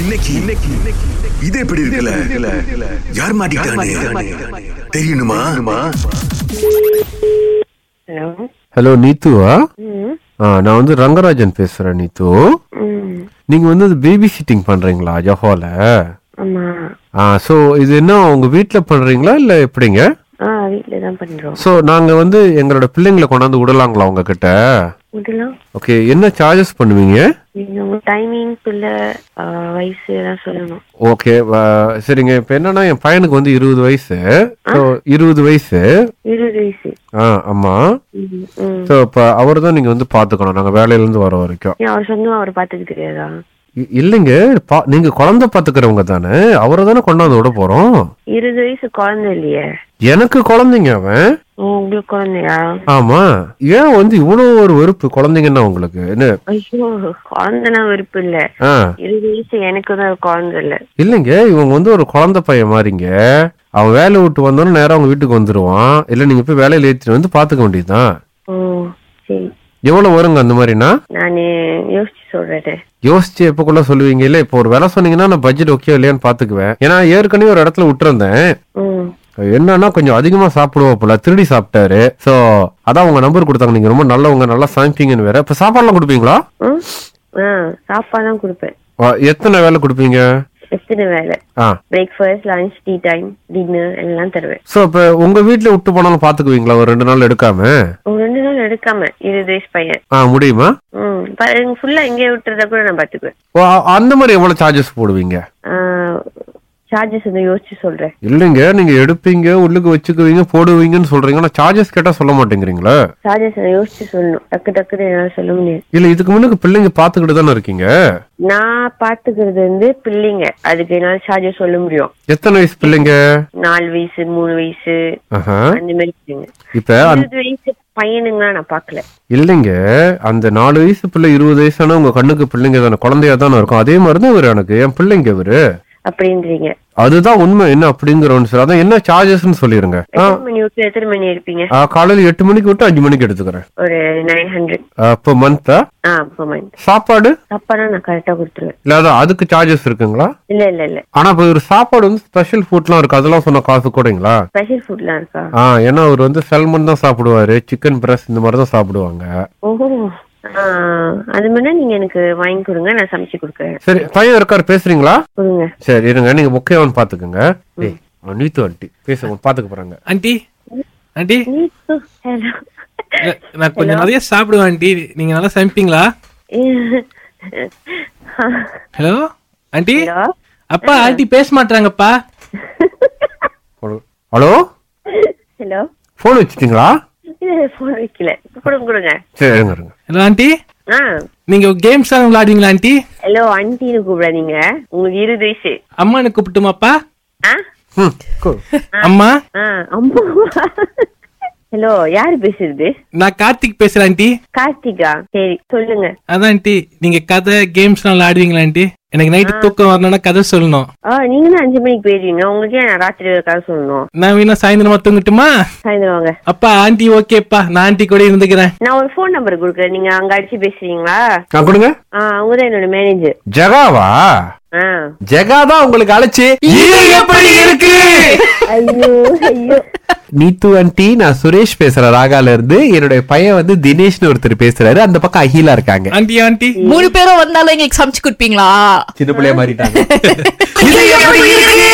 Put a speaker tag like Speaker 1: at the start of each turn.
Speaker 1: இன்னைக்கு இன்னைக்கு இது எப்படி இருக்குல்ல யார் மாட்டிக்கிட்டானே தெரியணுமா
Speaker 2: ஹலோ
Speaker 3: ஹலோ நீத்துவா ah? ஆ நான் வந்து ரங்கராஜன் பேசுறேன் நீத்து
Speaker 2: ம்
Speaker 3: நீங்க வந்து பேபி சிட்டிங் பண்றீங்களா ஜஹோல
Speaker 2: ஆமா
Speaker 3: ஆ ஸோ இது என்ன உங்க வீட்ல பண்றீங்களா இல்ல எப்படிங்க
Speaker 2: ஆ வீட்டில் தான் பண்ணுறோம்
Speaker 3: ஸோ நாங்க வந்து எங்களோட பிள்ளைங்களை கொண்டாந்து விடலாங்களா உங்ககிட்ட
Speaker 2: இதெல்லாம்
Speaker 3: ஓகே என்ன சார்ஜஸ் பண்ணுவீங்க
Speaker 2: நீங்கள் உங்கள் டைமிங் பிள்ளை ஆ, வயசு எல்லாம் சொல்லணும்
Speaker 3: ஓகே சரிங்க இப்போ என்னன்னா என் பையனுக்கு வந்து இருபது வயசு ஸோ இருபது வயசு
Speaker 2: இருபது வயசு
Speaker 3: ஆ ஆமா
Speaker 2: ம், ம்
Speaker 3: ஸோ இப்போ அவர் தான் நீங்க வந்து பாத்துக்கணும் நாங்க வேலையில இருந்து வர வரைக்கும்
Speaker 2: ஏன் அவர் சொந்தமாக அவர் பார்த்துக்கிட்டு இருக்காரா
Speaker 3: இ- இல்லைங்க பா- நீங்க குழந்தை பாத்துக்கிறவங்க தானே அவரை தானே கொண்டாந்து விட போறோம்
Speaker 2: இருபது வயசு குழந்தை இல்லையே
Speaker 3: எனக்கு குழந்தைங்க அவன்
Speaker 2: ஓ உங்களுக்கு குழந்தையா
Speaker 3: ஆமா ஏன் வந்து இவ்வளவு ஒரு வெறுப்பு குழந்தைங்கன்னா உங்களுக்கு என்ன
Speaker 2: ஐயோ குழந்தைனா விருப்பம் இல்லை
Speaker 3: ஆ
Speaker 2: இருபது வயசு எனக்கு தான் குழந்தை இல்லை
Speaker 3: இல்லைங்க இவங்க வந்து ஒரு குழந்தை பையன் மாதிரிங்க அவன் வேலை விட்டு வந்தோன்னு நேரா அவங்க வீட்டுக்கு வந்துருவான் இல்ல நீங்க போய் வேலையில ஏற்றிட்டு வந்து பாத்துக்க வேண்டியதுதான்
Speaker 2: ஓ சரி
Speaker 3: எவ்வளவு வருங்க அந்த மாதிரினா
Speaker 2: நான் யோசிச்சு சொல்கிறேன்
Speaker 3: யோசிச்சு எப்பக்குள்ள சொல்லுவீங்க இல்ல இப்போ ஒரு வேலை சொன்னீங்கன்னா நான் பட்ஜெட் ஓகே இல்லையான்னு பாத்துக்குவேன் ஏன்னா ஏற்கனவே ஒரு இடத்துல விட்டுருந்தேன்
Speaker 2: ம்
Speaker 3: என்னன்னா கொஞ்சம் அதிகமா சாப்பிடுவோம்ல திருடி சாப்பிட்டாரு சோ அதான் உங்க நம்பர் கொடுத்தாங்க நீங்க ரொம்ப நல்லவங்க நல்லா சமைப்பீங்கன்னு வேற இப்ப சாப்பாடுலாம் கொடுப்பீங்களா
Speaker 2: ம் ஆ சாப்பாடுலாம் கொடுப்பேன்
Speaker 3: ஆ, எத்தனை வேலை கொடுப்பீங்க
Speaker 2: எத்தனை வேலை
Speaker 3: ஆ
Speaker 2: breakfast lunch tea time dinner எல்லாம் தருவேன்
Speaker 3: சோ இப்ப உங்க வீட்ல விட்டு போனாலும் பாத்துக்குவீங்களா ஒரு ரெண்டு நாள் எடுக்காம
Speaker 2: ஒரு ரெண்டு நாள் எடுக்காம இருபது வயசு பையன்
Speaker 3: ஆ முடியுமா
Speaker 2: ம் ஃபுல்லா எங்கேயே விட்டுறத கூட நான் பாத்துக்குவேன்
Speaker 3: ஓ, அ- அந்த மாதிரி எவ்வளவு சார்ஜஸ் போடுவீங்க
Speaker 2: சார்ஜஸ் வந்து யோசிச்சு சொல்றேன்
Speaker 3: இல்லைங்க நீங்க எடுப்பீங்க உள்ளுக்கு வச்சுக்குவீங்க போடுவீங்கன்னு சொல்றீங்க ஆனா சார்ஜஸ் கேட்டா சொல்ல மாட்டேங்கிறீங்களா
Speaker 2: சார்ஜஸ் யோசிச்சு சொல்லணும் டக்கு டக்குன்னு என்னால சொல்ல முடியாது
Speaker 3: இல்ல இதுக்கு முன்னுக்கு பிள்ளைங்க பாத்துக்கிட்டு தானே இருக்கீங்க
Speaker 2: நான் பாத்துக்கிறது வந்து பிள்ளைங்க அதுக்கு என்னால சார்ஜஸ் சொல்ல முடியும்
Speaker 3: எத்தனை வயசு பிள்ளைங்க
Speaker 2: நாலு வயசு மூணு வயசு
Speaker 3: ஆஹா.
Speaker 2: அந்த மாதிரி பிள்ளைங்க
Speaker 3: இப்ப அந்த-
Speaker 2: இருபது வயசு பையனுங்களாம் நான் பாக்கல
Speaker 3: இல்லைங்க அந்த நாலு வயசு பிள்ளை இருபது வயசான உங்க கண்ணுக்கு பிள்ளைங்க தானே குழந்தையா தானே இருக்கும் அதே மாதிரி தான் இவர் எனக்கு என் பிள்ளைங்க இவரு
Speaker 2: அப்படின்றீங்க
Speaker 3: அதுதான் உண்மை என்ன அப்படிங்கிறோன்னு சொல்லி அதான் என்ன சார்ஜஸ்ன்னு சொல்லிருங்க ஆ,
Speaker 2: எத்தனை மணி விட்டு எத்தனை மணி இருப்பீங்க
Speaker 3: ஆ, காலையில எட்டு மணிக்கு விட்டு அஞ்சு மணிக்கு எடுத்துக்கிறேன்
Speaker 2: ஒரு நைன் ஹண்ட்ரட்
Speaker 3: அப்போ மந்த்தா
Speaker 2: ஆ per month.
Speaker 3: சாப்பாடு
Speaker 2: சாப்பாடு நான் கரெக்டா கொடுத்துருவேன்
Speaker 3: இல்ல அதான் அதுக்கு சார்ஜஸ் இருக்குங்களா
Speaker 2: இல்ல இல்ல இல்ல
Speaker 3: ஆனா இப்போ ஒரு சாப்பாடு வந்து ஸ்பெஷல் ஃபுட்லாம் இருக்கு அதெல்லாம் சொன்ன காசு கூடங்களா
Speaker 2: ஸ்பெஷல் ஃபுட்லாம் இருக்கா
Speaker 3: ஆ ஏன்னா அவர் வந்து செல்மன் தான் சாப்பிடுவாரு சிக்கன் பிரஸ் இந்த மாதிரி தான் சாப்பிடுவாங்க
Speaker 2: ஓஹோ ஆ, அது மாதிரி நீங்க எனக்கு வாங்கி கொடுங்க நான் சமைச்சு கொடுக்குறேன்
Speaker 3: சரி பையன் இருக்காரு பேசுறீங்களா
Speaker 2: கொடுங்க
Speaker 3: சரி இருங்க நீங்க முக்கியம் பாத்துக்கோங்க ஏய் அனித்து ஆண்டி பேச பாத்துக்க போறாங்க
Speaker 4: ஆண்டி ஆண்டி
Speaker 2: ஹலோ
Speaker 4: நான்- நான் கொஞ்சம் நிறைய சாப்பிடுவேன் ஆண்டி நீங்க நல்லா சமைப்பீங்களா ஹலோ ஆண்டி
Speaker 2: ஹலோ
Speaker 4: அப்பா ஆண்டி பேச மாட்டாங்கப்பா
Speaker 3: ஹலோ
Speaker 2: ஹலோ
Speaker 3: போன் வச்சிட்டீங்களா
Speaker 2: ஃபோன் வைக்கல கொடுங்க கொடுங்க
Speaker 3: சரி இருங்க இருங்க
Speaker 4: ஹலோ ஆண்டி
Speaker 2: ஆ
Speaker 4: நீங்க கேம்ஸ் எல்லாம் விளையாடுவீங்களா ஆண்டி
Speaker 2: ஹலோ ஆண்டின்னு கூப்பிடாதீங்க உங்களுக்கு இருபது வயசு
Speaker 4: அம்மானு கூப்பிட்டுமாப்பா
Speaker 2: ஆ
Speaker 3: ம், cool.
Speaker 4: அம்மா
Speaker 2: ஆ அம்மா ஹலோ யார் பேசுறது
Speaker 4: நான் கார்த்திக் பேசுறேன் ஆண்டி
Speaker 2: கார்த்திகா சரி சொல்லுங்க
Speaker 4: அதான் ஆண்டி நீங்க கதை கேம்ஸ் எல்லாம் விளையாடுவீங்களா ஆண்டி எனக்கு நைட்டு தூக்கம் வரணும்னா கதை சொல்லணும்
Speaker 2: ஆ நீங்க தான் அஞ்சு மணிக்கு போயிருவீங்க உங்களுக்கு ஏன் நான் ராத்திரி ஒரு கதை சொல்லணும்
Speaker 4: நான் வேணா சாயந்தரமா தூங்கட்டுமா
Speaker 2: சாயந்தரம் வாங்க
Speaker 4: அப்பா ஆண்டி ஓகேப்பா நான் ஆண்டி கூட இருந்துக்கிறேன்
Speaker 2: நான் ஒரு ஃபோன் நம்பர் கொடுக்குறேன் நீங்க அங்க அடிச்சு பேசுறீங்களா
Speaker 3: நான் கொடுங்க
Speaker 2: ஆ அவங்க தான் என்னோட மேனேஜர்
Speaker 3: ஜெகாவா
Speaker 2: ஆ
Speaker 3: ஜெகா தான் உங்களுக்கு அழைச்சு இது எப்படி இருக்கு
Speaker 2: ஐயோ ஐயோ
Speaker 3: நீத்து ஆண்டி நான் சுரேஷ் பேசுறேன் ராகால இருந்து என்னுடைய பையன் வந்து தினேஷ்னு ஒருத்தர் பேசுறாரு அந்த பக்கம் அகிலா இருக்காங்க
Speaker 4: ஆண்டி ஆண்டி
Speaker 5: மூணு பேரும் வந்தாலும் எங்களுக்கு சமைச்சு கொடுப்பீங்களா
Speaker 3: சின்ன பிள்ளைய மாறிட்டாங்க இது எப்படி இருக்கு